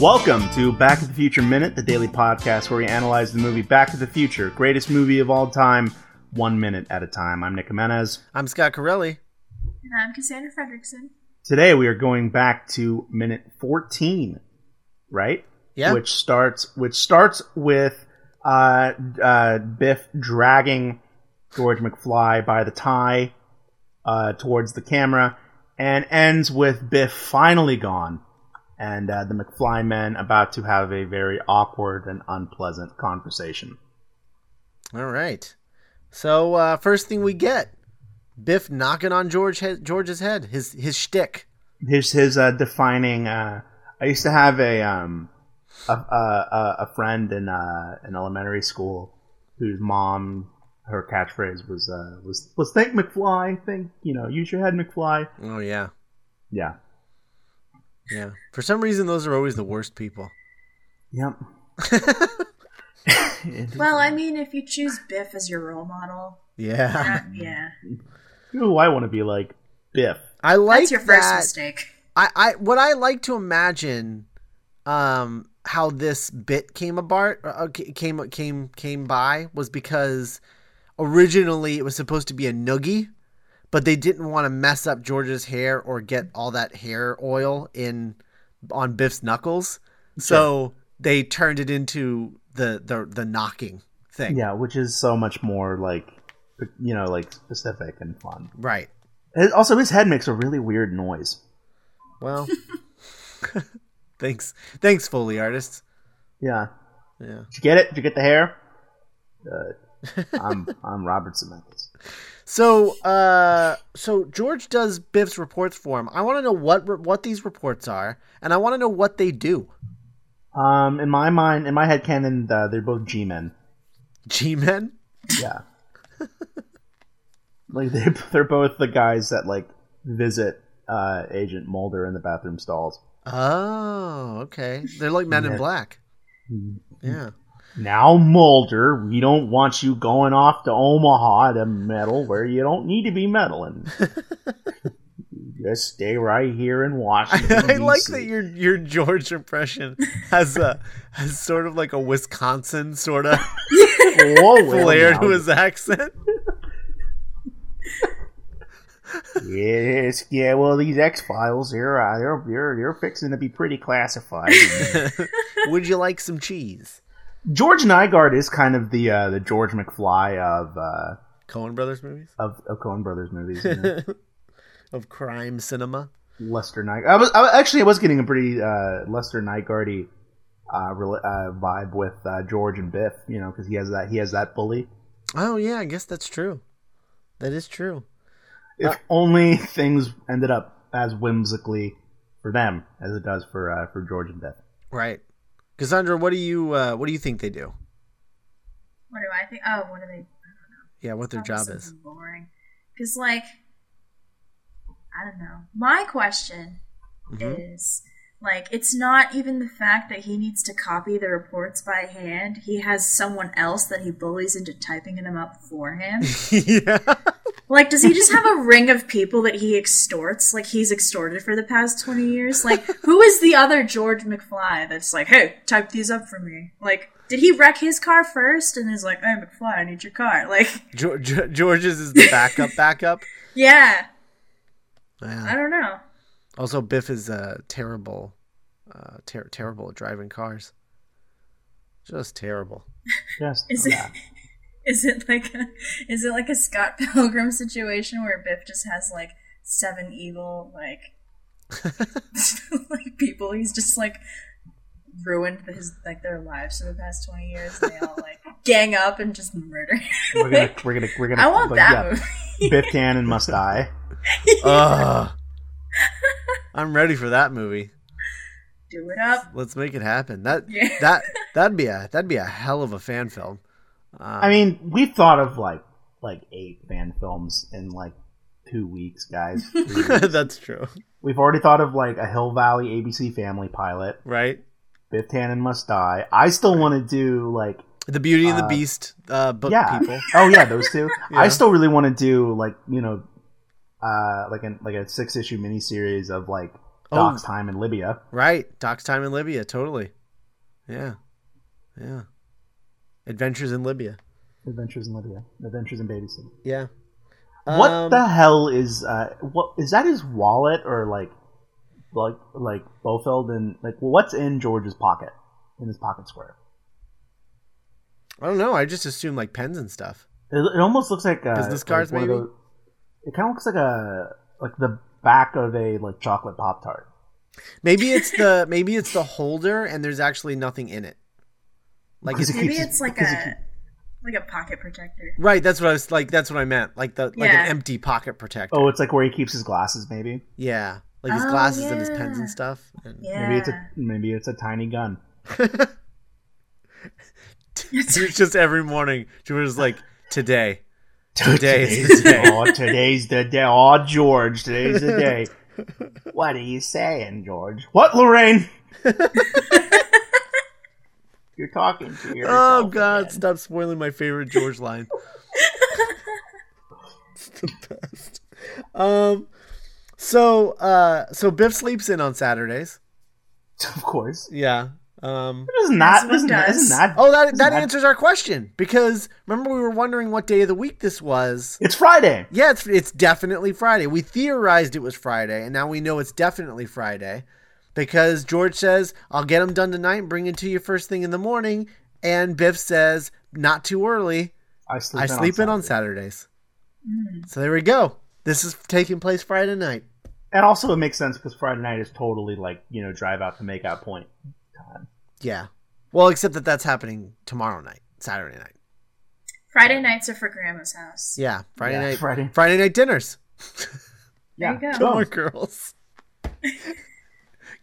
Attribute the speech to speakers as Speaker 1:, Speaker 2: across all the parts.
Speaker 1: Welcome to Back to the Future Minute, the daily podcast where we analyze the movie Back to the Future, greatest movie of all time, one minute at a time. I'm Nick Jimenez.
Speaker 2: I'm Scott Corelli.
Speaker 3: And I'm Cassandra Fredrickson.
Speaker 1: Today we are going back to minute 14, right?
Speaker 2: Yeah.
Speaker 1: Which starts which starts with uh, uh, Biff dragging George McFly by the tie uh, towards the camera, and ends with Biff finally gone, and uh, the McFly men about to have a very awkward and unpleasant conversation.
Speaker 2: All right. So uh, first thing we get, Biff knocking on George he- George's head. His his shtick.
Speaker 1: his his uh, defining. Uh, I used to have a um a a, a friend in uh, in elementary school whose mom her catchphrase was uh, was was think McFly think you know use your head McFly
Speaker 2: Oh yeah,
Speaker 1: yeah
Speaker 2: yeah. For some reason, those are always the worst people.
Speaker 1: yep
Speaker 3: Well, I mean, if you choose Biff as your role model,
Speaker 2: Yeah.
Speaker 3: that, yeah,
Speaker 1: ooh I want to be like Biff
Speaker 2: I like
Speaker 3: that's your first
Speaker 2: that.
Speaker 3: mistake.
Speaker 2: I, I what I like to imagine um how this bit came about uh, ca- came came came by was because originally it was supposed to be a noogie but they didn't want to mess up George's hair or get all that hair oil in on Biff's knuckles so they turned it into the the the knocking thing
Speaker 1: yeah which is so much more like you know like specific and fun
Speaker 2: right
Speaker 1: And also his head makes a really weird noise
Speaker 2: well thanks thanks foley artists
Speaker 1: yeah
Speaker 2: yeah
Speaker 1: did you get it did you get the hair Good. I'm I'm Robert Zemeckis.
Speaker 2: So, uh, so George does Biff's reports for him. I want to know what re- what these reports are, and I want to know what they do.
Speaker 1: Um, in my mind, in my head canon, uh, they're both G-men.
Speaker 2: G-men.
Speaker 1: Yeah, like they they're both the guys that like visit uh, Agent Mulder in the bathroom stalls.
Speaker 2: Oh, okay. They're like Men in
Speaker 1: Yeah.
Speaker 2: Black. Yeah.
Speaker 1: Now Mulder, we don't want you going off to Omaha to meddle where you don't need to be meddling. Just stay right here in Washington.
Speaker 2: I like
Speaker 1: DC.
Speaker 2: that your your George impression has a has sort of like a Wisconsin sort of
Speaker 1: Whoa, well,
Speaker 2: flair
Speaker 1: now
Speaker 2: to his accent.
Speaker 1: Yes, yeah. Well, these X Files, they're, uh, they're they're they're fixing to be pretty classified.
Speaker 2: Would you like some cheese?
Speaker 1: George Nygaard is kind of the uh, the George McFly of uh,
Speaker 2: Cohen Brothers movies
Speaker 1: of, of Coen Brothers movies. you know?
Speaker 2: of crime cinema.
Speaker 1: Lester Nygaard. I was I, actually I was getting a pretty uh, Lester Nygaardy uh, rela- uh, vibe with uh, George and Biff, you know, because he has that he has that bully.
Speaker 2: Oh yeah, I guess that's true. That is true.
Speaker 3: Uh,
Speaker 1: If only things ended up as whimsically for them as it does for uh, for George and Biff.
Speaker 2: Right. Cassandra, what do you uh, what do you think they do?
Speaker 3: What do I think? Oh, what are they?
Speaker 2: Yeah, what their
Speaker 3: probably
Speaker 2: job is.
Speaker 3: something boring. Because, like, I don't know. My question
Speaker 2: Mm-hmm.
Speaker 3: is, like, it's not even the fact that he needs to copy the reports by hand. He has someone else that he bullies into typing them up for him.
Speaker 2: yeah.
Speaker 3: Like, does he just have a ring of people that he extorts? Like, he's extorted for the past 20 years? Like, who is the other George McFly that's like, hey, type these up for me? Like, did he wreck his car first and is like, hey, McFly, I need your car? Like,
Speaker 2: George, George's is the backup backup.
Speaker 3: yeah, I
Speaker 2: Yeah.
Speaker 3: don't know.
Speaker 2: Also Biff is uh, terrible uh, ter- terrible at driving cars. Just terrible.
Speaker 1: Just
Speaker 3: Is it, is it like a, is it like a Scott Pilgrim situation where Biff just has like seven evil like like people he's just like ruined his like their lives for the past 20 years and they all like gang up and just murder him.
Speaker 1: we're gonna we're gonna we're gonna.
Speaker 3: I want
Speaker 1: but
Speaker 3: that
Speaker 1: yeah,
Speaker 3: movie.
Speaker 1: Biff Cannon must die.
Speaker 2: Ugh. I'm ready for that movie.
Speaker 3: Do it up.
Speaker 2: Let's make it happen. That
Speaker 3: Yeah.
Speaker 2: that that'd be a that'd be a hell of a fan film.
Speaker 1: I mean, we've thought of like like eight fan films in like two weeks, guys. Three weeks.
Speaker 2: Um, That's true.
Speaker 1: we've already thought of like a Hill Valley ABC Family pilot.
Speaker 2: Right?
Speaker 1: Biff Tannen must die. I still want to do like
Speaker 2: The Beauty and the
Speaker 1: Uh,
Speaker 2: Beast uh, book
Speaker 1: yeah.
Speaker 2: people.
Speaker 1: Oh yeah, those two.
Speaker 2: Yeah.
Speaker 1: I still really want to do like you know, uh, like an like a six issue miniseries of like
Speaker 2: Oh.
Speaker 1: Doc's time in Libya.
Speaker 2: Right, Doc's time in Libya, totally. Yeah, yeah. Adventures in Libya.
Speaker 1: Adventures in Libya. Adventures in babysitting.
Speaker 2: Yeah.
Speaker 1: what
Speaker 2: Um,
Speaker 1: the hell is uh what is that his wallet or like like like Bofeld and like what's in George's pocket? In his pocket square.
Speaker 2: I don't know. I just assume like pens and stuff.
Speaker 1: It, it almost looks like a
Speaker 2: Business
Speaker 1: like
Speaker 2: cards,
Speaker 1: one of
Speaker 2: maybe?
Speaker 1: those- it kinda looks like a like the back of a like chocolate pop tart.
Speaker 2: Maybe it's the maybe it's the holder and there's actually nothing in it. Like
Speaker 1: Because
Speaker 2: it's,
Speaker 1: it
Speaker 3: Maybe
Speaker 1: keeps-
Speaker 3: it's like
Speaker 1: because it
Speaker 3: a like a pocket protector.
Speaker 2: right. That's what I was like. That's what I meant. Like the like
Speaker 3: Yeah.
Speaker 2: an empty pocket protector.
Speaker 1: Oh, it's like where he keeps his glasses, maybe.
Speaker 2: yeah. Like his
Speaker 3: Oh,
Speaker 2: glasses and his
Speaker 3: yeah.
Speaker 2: pens and stuff. And-
Speaker 3: Yeah.
Speaker 1: Maybe it's a maybe it's a tiny gun.
Speaker 2: it's just every morning. She was like, "Today, Today's the
Speaker 1: today's,
Speaker 2: day.
Speaker 1: oh, today's the day. Oh, George, today's the day. What are you saying, George? What, Lorraine? You're talking to yourself.
Speaker 2: oh God,
Speaker 1: again.
Speaker 2: stop spoiling my favorite George line." it's the best. Um, so uh, so Biff sleeps in on Saturdays.
Speaker 1: Of course.
Speaker 2: Yeah. Um.
Speaker 1: Isn't that,
Speaker 3: Yes, it
Speaker 1: isn't that,
Speaker 3: does.
Speaker 1: isn't that,
Speaker 2: Oh, that
Speaker 1: isn't
Speaker 2: that answers our question because remember we were wondering what day of the week this was.
Speaker 1: It's Friday.
Speaker 2: Yeah, it's it's definitely Friday. We theorized it was Friday, and now we know it's definitely Friday because George says, "I'll get them done tonight and bring it to you first thing in the morning," and Biff says, "Not too early.
Speaker 1: I sleep
Speaker 2: I sleep in on
Speaker 1: Saturday.
Speaker 2: Saturdays." So there we go. This is taking place Friday night.
Speaker 1: And also, it makes sense because Friday night is totally like, you know, drive out to make out point time.
Speaker 2: Yeah. Well, except that that's happening tomorrow night, Saturday night.
Speaker 3: Friday nights are for grandma's house.
Speaker 2: Yeah, Friday
Speaker 1: Yeah,
Speaker 2: night.
Speaker 1: Friday.
Speaker 2: Friday night dinners.
Speaker 1: Yeah.
Speaker 3: There you go.
Speaker 2: Come
Speaker 1: Oh,
Speaker 2: on, girls.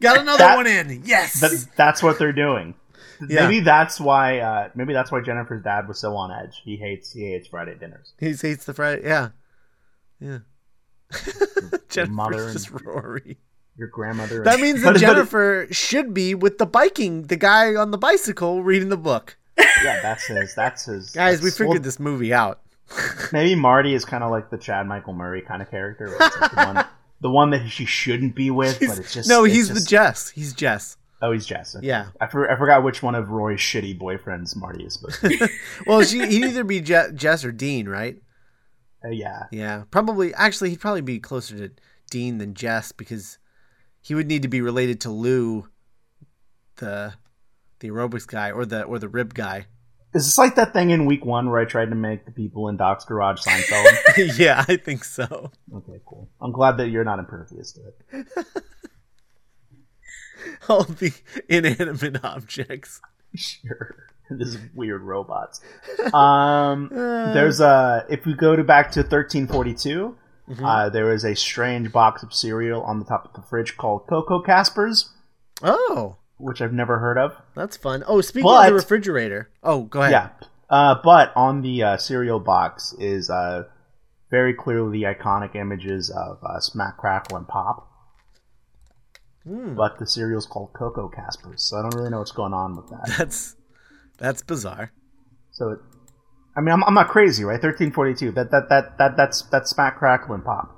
Speaker 2: Got another
Speaker 1: That-
Speaker 2: one in. Yes.
Speaker 1: that, that's what they're doing.
Speaker 2: Yeah.
Speaker 1: Maybe that's why. Uh, maybe that's why Jennifer's dad was so on edge. He hates. He hates Friday dinners.
Speaker 2: he hates the Friday. Yeah. Yeah. Jennifer's
Speaker 1: mother and-
Speaker 2: just Rory.
Speaker 1: Your grandmother.
Speaker 2: That means
Speaker 1: But-
Speaker 2: that
Speaker 1: but-
Speaker 2: Jennifer should be with the biking, the guy on the bicycle reading the book.
Speaker 1: yeah, that's his. That's his.
Speaker 2: Guys, we
Speaker 1: that's-
Speaker 2: figured
Speaker 1: well,
Speaker 2: this movie out.
Speaker 1: Maybe Marty is kind of like the Chad Michael Murray kind of character. where it's like the, one, the one that she shouldn't be with, but it's just
Speaker 2: no,
Speaker 1: it's
Speaker 2: he's
Speaker 1: just-
Speaker 2: the Jess. He's Jess.
Speaker 1: oh, he's Jess. Okay.
Speaker 2: Yeah.
Speaker 1: I, for, I forgot which one of Roy's shitty boyfriends Marty is supposed to. Be.
Speaker 2: Well, she he'd either be Je- Jess or Dean, right?
Speaker 1: Uh, yeah,
Speaker 2: Yeah, probably. Actually, he'd probably be closer to Dean than Jess because he would need to be related to Lou, the the aerobics guy or the or the rib guy.
Speaker 1: is this like that thing in week one where I tried to make the people in Doc's garage Seinfeld?
Speaker 2: yeah, I think so.
Speaker 1: okay, cool. I'm glad that you're not impervious to it.
Speaker 2: All the inanimate objects.
Speaker 1: Sure, this weird robots. Um,
Speaker 2: Uh,
Speaker 1: there's a if we go to back to 1342. Uh, there is a strange box of cereal on the top of the fridge called Cocoa Caspers,
Speaker 2: Oh,
Speaker 1: which I've never heard of.
Speaker 2: that's fun. Oh, speaking of
Speaker 1: But-
Speaker 2: the refrigerator. Oh, go ahead.
Speaker 1: Yeah. Uh, but on the uh, cereal box is uh, very clearly the iconic images of uh, Smack, Crackle, and Pop.
Speaker 2: Hmm.
Speaker 1: But the cereal's called Cocoa Caspers, so I don't really know what's going on with that.
Speaker 2: That's that's bizarre.
Speaker 1: So, it, I mean, I'm, I'm not crazy, right? 1342. That that that that that's that's Smack, Crackle, and Pop.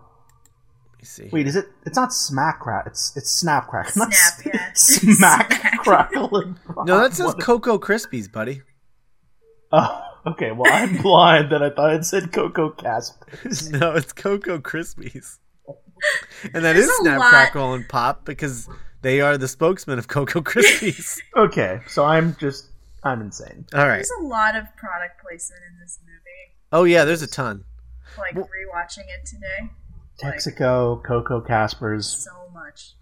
Speaker 2: Let me see.
Speaker 1: Wait, is it? It's not Smack Crackle. It's it's Snap Crackle. not
Speaker 3: Snap,
Speaker 1: s-
Speaker 3: yeah.
Speaker 1: Smack,
Speaker 3: Snack.
Speaker 1: Crackle, and Pop.
Speaker 2: No, that says
Speaker 1: What-
Speaker 2: Cocoa Krispies, buddy.
Speaker 1: Oh, okay. Well, I'm blind, and I thought it said Cocoa Caspers.
Speaker 2: No, it's Cocoa Krispies. And that
Speaker 3: There's
Speaker 2: is
Speaker 3: a
Speaker 2: Snap,
Speaker 3: lot-
Speaker 2: Crackle, and Pop because they are the spokesman of Cocoa Krispies.
Speaker 1: Okay, so I'm just I'm insane.
Speaker 2: All right.
Speaker 3: There's a lot of product placement in this movie.
Speaker 2: Oh, yeah, there's a ton.
Speaker 3: Like
Speaker 2: Well-
Speaker 3: rewatching it today,
Speaker 1: Texaco, Coco Caspers.
Speaker 3: so much.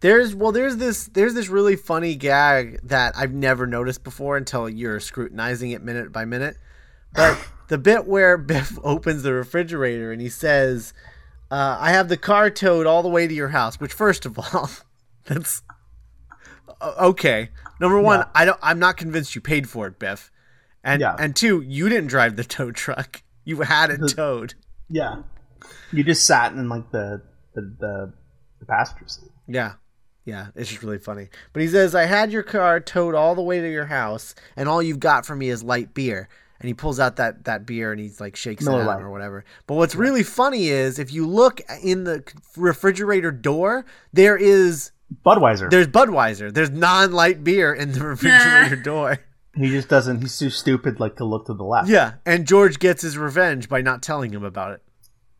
Speaker 2: There's well, there's this there's this really funny gag that I've never noticed before until you're scrutinizing it minute by minute. But the bit where Biff opens the refrigerator and he says, uh, "I have the car towed all the way to your house," which first of all, that's o- okay. Number one,
Speaker 1: Yeah.
Speaker 2: I don't I'm not convinced you paid for it, Biff. And
Speaker 1: Yeah.
Speaker 2: and two, you didn't drive the tow truck. You had it towed.
Speaker 1: Yeah, you just sat in like the the the, the passenger seat.
Speaker 2: Yeah. Yeah, it's just really funny. But he says, I had your car towed all the way to your house, and all you've got for me is light beer. and he pulls out that that beer and he's like shakes
Speaker 1: Miller
Speaker 2: it out
Speaker 1: Lite.
Speaker 2: or whatever. But what's really funny is if you look in the refrigerator door, there is
Speaker 1: Budweiser.
Speaker 2: there's Budweiser. There's non-light beer in the refrigerator door.
Speaker 1: he just doesn't. He's too stupid like to look to the left.
Speaker 2: Yeah, and George gets his revenge by not telling him about it.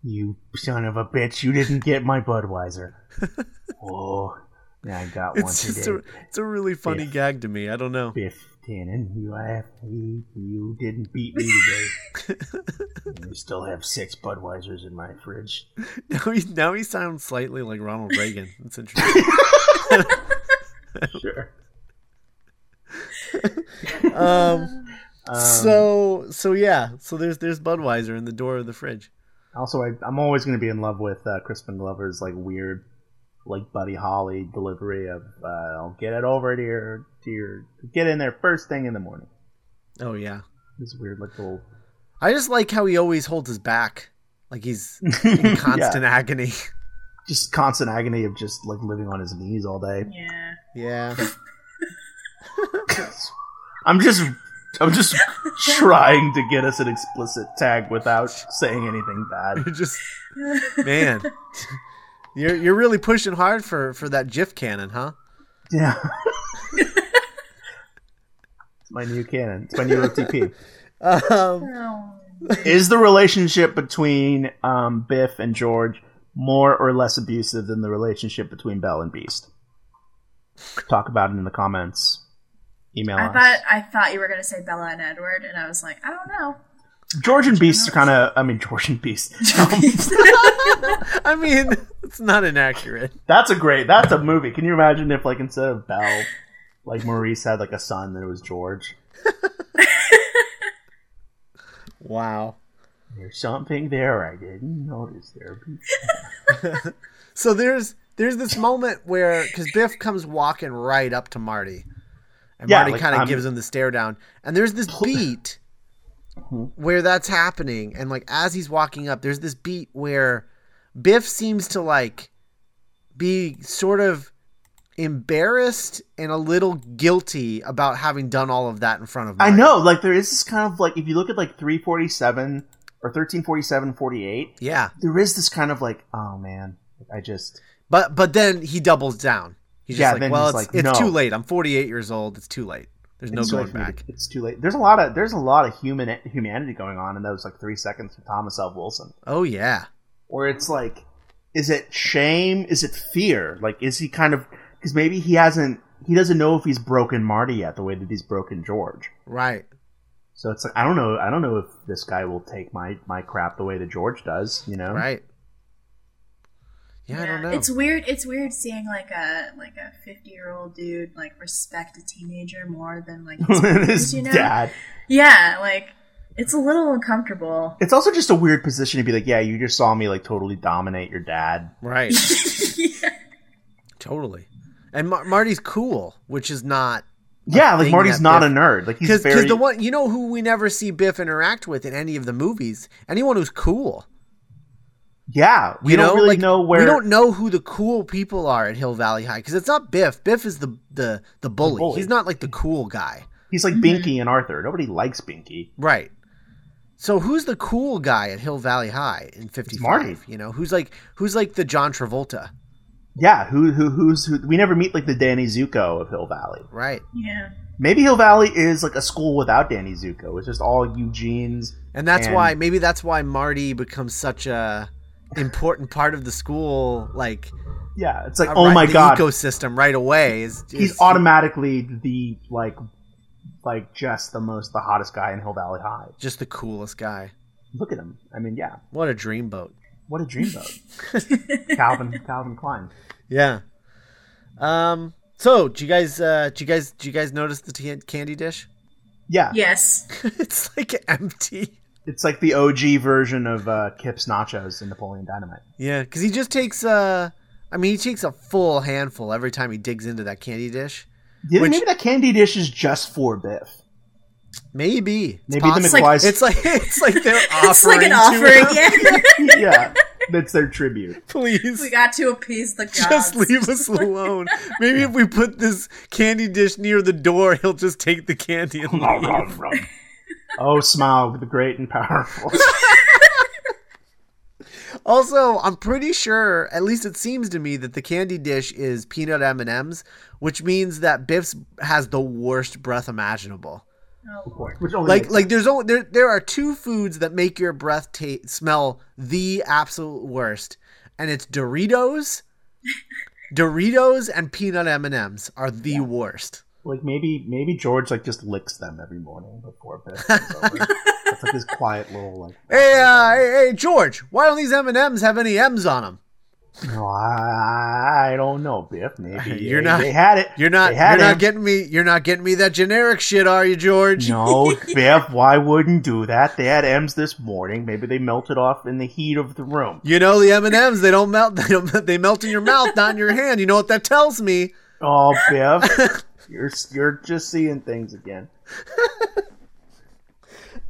Speaker 1: You son of a bitch! You didn't get my Budweiser. oh, yeah, I got one
Speaker 2: It's just
Speaker 1: today.
Speaker 2: a, it's a really funny
Speaker 1: Yeah.
Speaker 2: gag to me. I don't know.
Speaker 1: Fifteen, and you have you didn't beat me today. And you still have six Budweisers in my fridge.
Speaker 2: Now he, now he sounds slightly like Ronald Reagan. That's interesting.
Speaker 1: Sure.
Speaker 2: um,
Speaker 1: Um,
Speaker 2: so so yeah. So there's there's Budweiser in the door of the fridge.
Speaker 1: Also, I, I'm always going to be in love with uh, Crispin Glover's like weird, like Buddy Holly delivery of uh, "I'll get it over to your to your get in there first thing in the morning."
Speaker 2: Oh yeah.
Speaker 1: This weird like little
Speaker 2: I just like how he always holds his back, like he's in constant agony.
Speaker 1: just constant agony of just like living on his knees all day.
Speaker 3: Yeah.
Speaker 2: Yeah.
Speaker 1: I'm just I'm just trying to get us an explicit tag without saying anything bad.
Speaker 2: You're just man. You're you're really pushing hard for for that GIF cannon, huh?
Speaker 1: Yeah. it's my new canon. It's my new OTP.
Speaker 2: Um,
Speaker 3: Oh.
Speaker 1: Is the relationship between um, Biff and George more or less abusive than the relationship between Belle and Beast? Talk about it in the comments. Email
Speaker 3: I
Speaker 1: us.
Speaker 3: thought I thought you were gonna say Bella and Edward, and I was like, I don't know.
Speaker 1: George and Beast are kind of. I mean, George and Beast. Um,
Speaker 2: I mean, it's not inaccurate.
Speaker 1: That's a great. That's a movie. Can you imagine if, like, instead of Belle, like Maurice had like a son, then it was George.
Speaker 2: Wow.
Speaker 1: There's something there I didn't notice there.
Speaker 2: So there's there's this moment where because Biff comes walking right up to Marty, and
Speaker 1: Yeah,
Speaker 2: Marty
Speaker 1: like,
Speaker 2: kind
Speaker 1: I'm-
Speaker 2: of gives him the stare down, and there's this beat
Speaker 1: Mm-hmm.
Speaker 2: where that's happening, and like as he's walking up, there's this beat where Biff seems to like be sort of embarrassed and a little guilty about having done all of that in front of.
Speaker 1: I
Speaker 2: Marty.
Speaker 1: know. Like, there is this kind of like if you look at like 347 or 1347, 48,
Speaker 2: Yeah,
Speaker 1: there is this kind of like, oh man, I just
Speaker 2: but but then he doubles down. He's just
Speaker 1: Yeah,
Speaker 2: like,
Speaker 1: then
Speaker 2: well,
Speaker 1: he's like,
Speaker 2: it's, it's
Speaker 1: no.
Speaker 2: too late. I'm 48 years old. It's too late. There's no
Speaker 1: it's too
Speaker 2: going
Speaker 1: late for me to-
Speaker 2: back.
Speaker 1: it's too late. There's a lot of there's a lot of human humanity going on in those like three seconds with Thomas L. Wilson.
Speaker 2: Oh yeah.
Speaker 1: or it's like is it shame is it fear like is he kind of because maybe he hasn't he doesn't know if he's broken marty yet the way that he's broken george
Speaker 2: Right.
Speaker 1: so it's like i don't know i don't know if this guy will take my my crap the way that george does you know
Speaker 2: Right. Yeah, I don't know.
Speaker 3: It's weird. It's weird seeing like a like a fifty year old dude like respect a teenager more than like his
Speaker 1: his
Speaker 3: parents, you know?
Speaker 1: dad
Speaker 3: Yeah, like it's a little uncomfortable.
Speaker 1: it's also just a weird position to be like yeah you just saw me like totally dominate your dad
Speaker 2: right. Totally. And Mar- Marty's cool, which is not
Speaker 1: yeah like
Speaker 2: thing
Speaker 1: marty's
Speaker 2: that
Speaker 1: not
Speaker 2: Biff-
Speaker 1: a nerd like he's
Speaker 2: because
Speaker 1: very
Speaker 2: the one you know who we never see Biff interact with in any of the movies. Anyone who's cool,
Speaker 1: yeah we
Speaker 2: you
Speaker 1: don't
Speaker 2: know,
Speaker 1: really
Speaker 2: like,
Speaker 1: know where
Speaker 2: we don't know who the cool people are at Hill Valley High because it's not Biff. Biff is the the the bully.
Speaker 1: bully.
Speaker 2: He's not like the cool guy,
Speaker 1: he's like binky and arthur nobody likes binky
Speaker 2: right? So who's the cool guy at Hill Valley High in '55?
Speaker 1: Marty.
Speaker 2: You know who's like who's like the John Travolta,
Speaker 1: yeah who who who's who we never meet like the danny zuko of hill valley
Speaker 2: right?
Speaker 3: Yeah.
Speaker 1: Maybe Hill Valley is like a school without Danny Zuko. It's just all Eugene's.
Speaker 2: And that's
Speaker 1: And-
Speaker 2: why maybe that's why Marty becomes such a important part of the school, like
Speaker 1: Yeah, it's like,
Speaker 2: uh,
Speaker 1: oh
Speaker 2: right-
Speaker 1: my
Speaker 2: the
Speaker 1: god,
Speaker 2: ecosystem right away. Is,
Speaker 1: he's
Speaker 2: is-
Speaker 1: automatically the like, like just the most the hottest guy in Hill Valley High.
Speaker 2: just the coolest guy.
Speaker 1: Look at him. I mean, yeah,
Speaker 2: What a dreamboat!
Speaker 1: what a dreamboat. Calvin Calvin Klein.
Speaker 2: Yeah. Um. So, do you guys, uh, do you guys, do you guys notice the t- candy dish?
Speaker 1: Yeah,
Speaker 3: Yes.
Speaker 2: it's like empty.
Speaker 1: it's like the OG version of uh, Kip's nachos in Napoleon Dynamite.
Speaker 2: Yeah, because he just takes. Uh, I mean, he takes a full handful every time he digs into that candy dish.
Speaker 1: Yeah,
Speaker 2: Which-
Speaker 1: maybe that candy dish is just for Biff.
Speaker 2: Maybe. It's
Speaker 1: Maybe
Speaker 2: possible.
Speaker 1: the
Speaker 3: It's like-
Speaker 1: McFly's.
Speaker 2: It's like it's like they're offering.
Speaker 3: It's like an
Speaker 2: to
Speaker 3: offering.
Speaker 2: him.
Speaker 3: Yeah.
Speaker 1: yeah, that's their tribute.
Speaker 2: Please.
Speaker 3: we got to appease the gods.
Speaker 2: just leave us alone. Maybe if we put this candy dish near the door, he'll just take the candy and leave.
Speaker 1: Oh, smile, the great and powerful.
Speaker 2: Also, I'm pretty sure, at least it seems to me, that the candy dish is peanut M and M's, which means that Biff's has the worst breath imaginable.
Speaker 3: Oh, Lord.
Speaker 1: Which only
Speaker 2: Like,
Speaker 1: makes-
Speaker 2: like there's only there there are two foods that make your breath ta- smell the absolute worst, and it's Doritos, Doritos, and peanut M and M's are the worst.
Speaker 1: like maybe maybe George like just licks them every morning before bed comes over. That's like his quiet little like.
Speaker 2: Hey, uh, hey, hey, George, why don't these M and M's have any M's on them?
Speaker 1: No, I, I don't know, Biff. Maybe
Speaker 2: You're
Speaker 1: they,
Speaker 2: not-
Speaker 1: They had it.
Speaker 2: You're not
Speaker 1: They
Speaker 2: you're
Speaker 1: had
Speaker 2: not
Speaker 1: him.
Speaker 2: getting me you're not getting me that generic shit, are you, George?
Speaker 1: No, Biff. Why wouldn't do that? They had M's this morning. Maybe they melted off in the heat of the room.
Speaker 2: You know the M and M's they don't melt they don't they melt in your mouth, not in your hand. You know what that tells me?
Speaker 1: Oh, Biff, you're you're just seeing things again.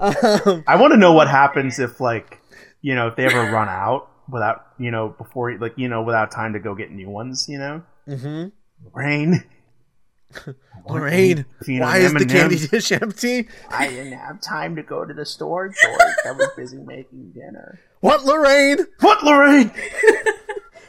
Speaker 2: Um,
Speaker 1: I want to know what happens if like you know if they ever run out without you know before like you know without time to go get new ones. You know, Mm-hmm.
Speaker 2: mhm.
Speaker 1: Lorraine.
Speaker 2: Lorraine,
Speaker 1: Peanut
Speaker 2: why is the
Speaker 1: M&Ms.
Speaker 2: candy dish empty?
Speaker 1: I didn't have time to go to the store, George. I was busy making dinner.
Speaker 2: What, Lorraine?
Speaker 1: What, Lorraine?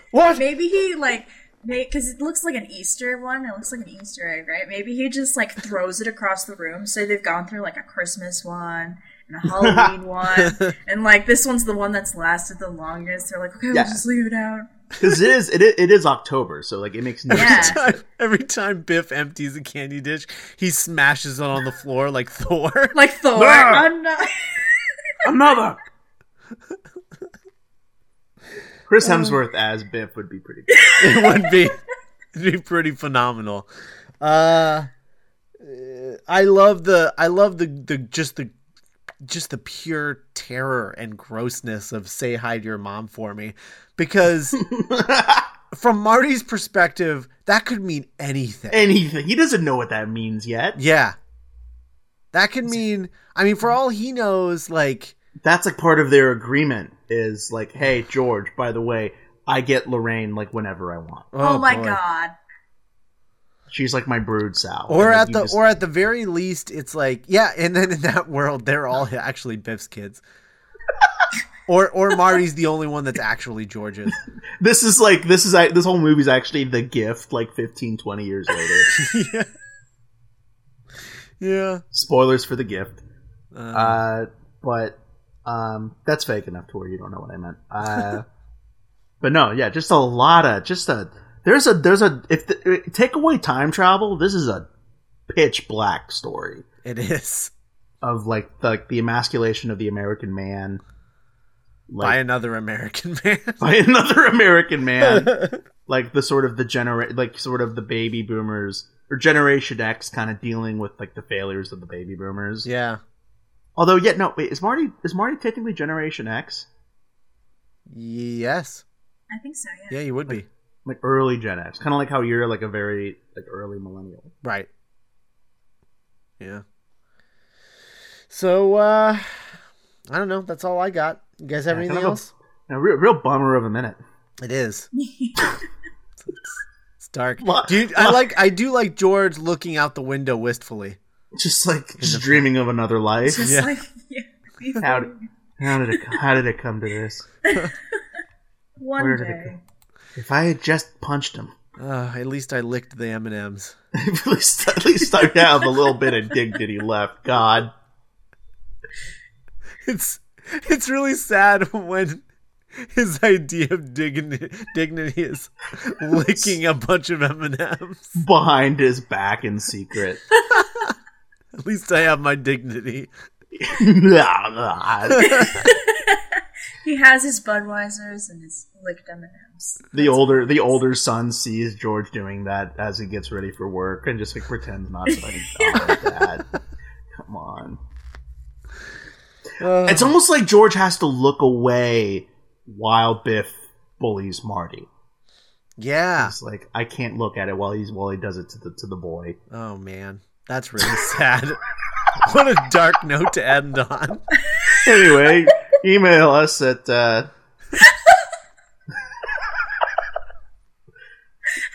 Speaker 2: What?
Speaker 3: Maybe he like because it looks like an Easter one. It looks like an Easter egg, right? Maybe he just like throws it across the room. So they've gone through like a Christmas one and a Halloween one, and like this one's the one that's lasted the longest. They're like, okay,
Speaker 1: Yeah.
Speaker 3: we'll just leave it out.
Speaker 1: Because it is, it is it is October, so like it makes no
Speaker 3: Yeah.
Speaker 1: sense.
Speaker 2: Time- Every time Biff empties a candy dish, he smashes it on the floor like Thor.
Speaker 3: Like Thor.
Speaker 1: Ah!
Speaker 3: I'm not-
Speaker 1: Another. Chris Hemsworth as Biff would be pretty good.
Speaker 2: it would be it'd be pretty phenomenal. Uh, uh, I love the I love the the just the just the pure terror and grossness of "Say Hi to Your Mom for Me," because from Marty's perspective, that could mean anything.
Speaker 1: Anything. He doesn't know what that means yet.
Speaker 2: yeah, that could mean. I mean, for all he knows, like
Speaker 1: That's like part of their agreement is like, hey, George, by the way, I get Lorraine like whenever I want.
Speaker 3: oh, my
Speaker 2: boy.
Speaker 3: god.
Speaker 1: She's like my brood sow.
Speaker 2: Or
Speaker 1: And, like,
Speaker 2: at
Speaker 1: you
Speaker 2: the
Speaker 1: just-
Speaker 2: or at the very least, it's like yeah. And then in that world, they're all actually Biff's kids. or or Marty's the only one that's actually George's.
Speaker 1: this is like this is I this whole movie's actually the gift like 15 20 years later.
Speaker 2: yeah. Yeah.
Speaker 1: Spoilers for the gift.
Speaker 2: Uh,
Speaker 1: Uh, but um, that's fake enough to where you don't know what I meant. Uh, but no, yeah, just a lot of just a there's a there's a if the, uh, take away time travel, this is a pitch black story
Speaker 2: it is
Speaker 1: of like the, like the emasculation of the American man,
Speaker 2: by
Speaker 1: like
Speaker 2: another American man.
Speaker 1: by another American man, like the sort of the genera- like sort of the baby boomers or Generation X kind of dealing with like the failures of the baby boomers.
Speaker 2: yeah.
Speaker 1: Although, yet no, wait, is Marty is Marty technically Generation X?
Speaker 2: Yes.
Speaker 3: I think so, yeah.
Speaker 2: Yeah, you would be
Speaker 1: like early Gen X, kind of like how you're like a very like early millennial.
Speaker 2: right. Yeah. So uh I don't know. That's all I got. You guys have
Speaker 1: Yeah, kind
Speaker 2: anything
Speaker 1: of a-
Speaker 2: else?
Speaker 1: A real, real bummer of a minute.
Speaker 2: It is. It's, it's dark.
Speaker 1: Lo-
Speaker 2: Do you, I like. I do like George looking out the window wistfully.
Speaker 1: Just like
Speaker 2: the-
Speaker 1: just dreaming of another life.
Speaker 3: Just
Speaker 2: Yeah.
Speaker 3: like yeah. Leave
Speaker 1: How
Speaker 3: it.
Speaker 1: did, how did it how did it come to this? where
Speaker 3: One
Speaker 1: did it
Speaker 3: day.
Speaker 1: If I had just punched him,
Speaker 2: Uh, at least I licked the M and M's.
Speaker 1: at least at least I have a little bit of dignity left. God,
Speaker 2: It's it's really sad when his idea of dignity dignity is licking a bunch of M and M's.
Speaker 1: behind his back in secret.
Speaker 2: At least I have my dignity.
Speaker 1: the
Speaker 3: He has his Budweisers and his licked M&Ms.
Speaker 1: older the older son sees George doing that as he gets ready for work and just like pretends not to. Like, oh, Dad, come on.
Speaker 2: Uh,
Speaker 1: It's almost like George has to look away while Biff bullies Marty.
Speaker 2: yeah.
Speaker 1: It's like I can't look at it while he's while he does it to the to the boy.
Speaker 2: Oh man, that's really sad. what a dark note to end on.
Speaker 1: Anyway, email us at uh,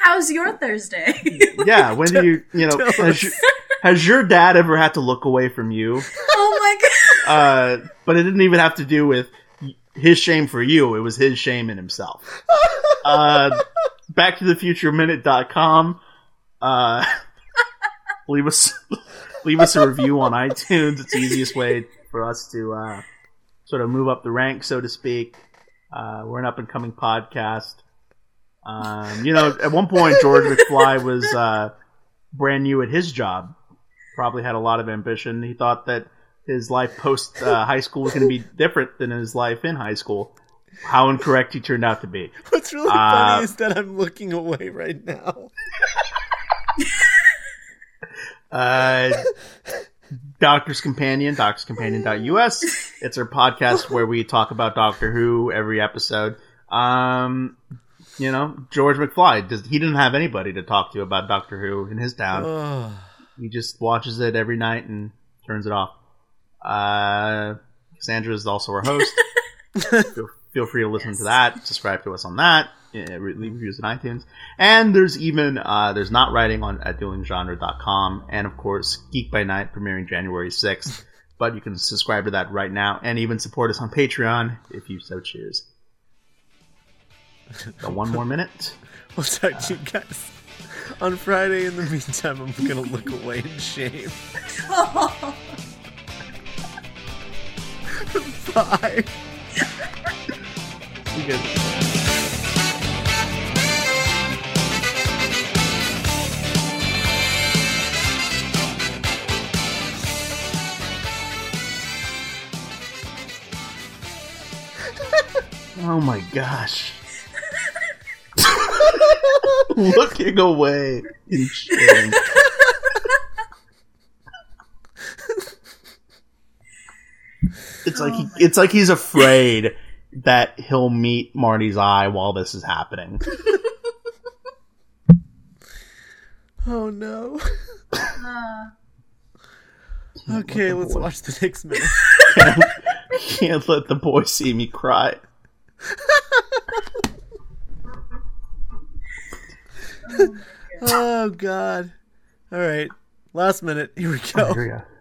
Speaker 3: How's your Thursday?
Speaker 1: yeah. When do you you know
Speaker 2: Tell
Speaker 1: has
Speaker 2: us.
Speaker 1: your, has your dad ever had to look away from you?
Speaker 3: oh my god.
Speaker 1: uh, but it didn't even have to do with his shame for you. It was his shame in himself. Uh, back to the future minute.com. Uh, leave us, leave us a review on iTunes. It's the easiest way for us to, uh, sort of move up the ranks, so to speak. Uh, we're an up and coming podcast. Um, you know, at one point, George McFly was, uh, brand new at his job. Probably had a lot of ambition. He thought that his life post uh, high school was going to be different than his life in high school. How incorrect he turned out to be.
Speaker 2: What's really
Speaker 1: Uh,
Speaker 2: funny is that I'm looking away right now.
Speaker 1: Uh, Doctor's Companion, doctorscompanion.us. It's our podcast where we talk about Doctor Who every episode. Um, you know, George McFly, does, he didn't have anybody to talk to about Doctor Who in his town.
Speaker 2: Ugh.
Speaker 1: he just watches it every night and turns it off. Uh, Cassandra is also our host. feel, feel free to listen to
Speaker 3: Yes.
Speaker 1: that. Subscribe to us on that. Yeah, re- leave reviews on iTunes. And there's even uh, there's not writing on at duelinggenre.com, and of course Geek by Night premiering January 6th. but you can subscribe to that right now, and even support us on Patreon if you so choose. So one more minute.
Speaker 2: We'll talk to you guys on Friday. In the meantime, I'm gonna look away in shame. Bye.
Speaker 1: We good. Oh my gosh. Looking away in shame. It's like he, it's like he's afraid that he'll meet Marty's eye while this is happening.
Speaker 2: Oh no.
Speaker 3: Uh,
Speaker 2: Okay, let's watch the next minute.
Speaker 1: Can't let the boy see me cry.
Speaker 2: Oh god. All right, last minute. Here we go.
Speaker 1: Here we go.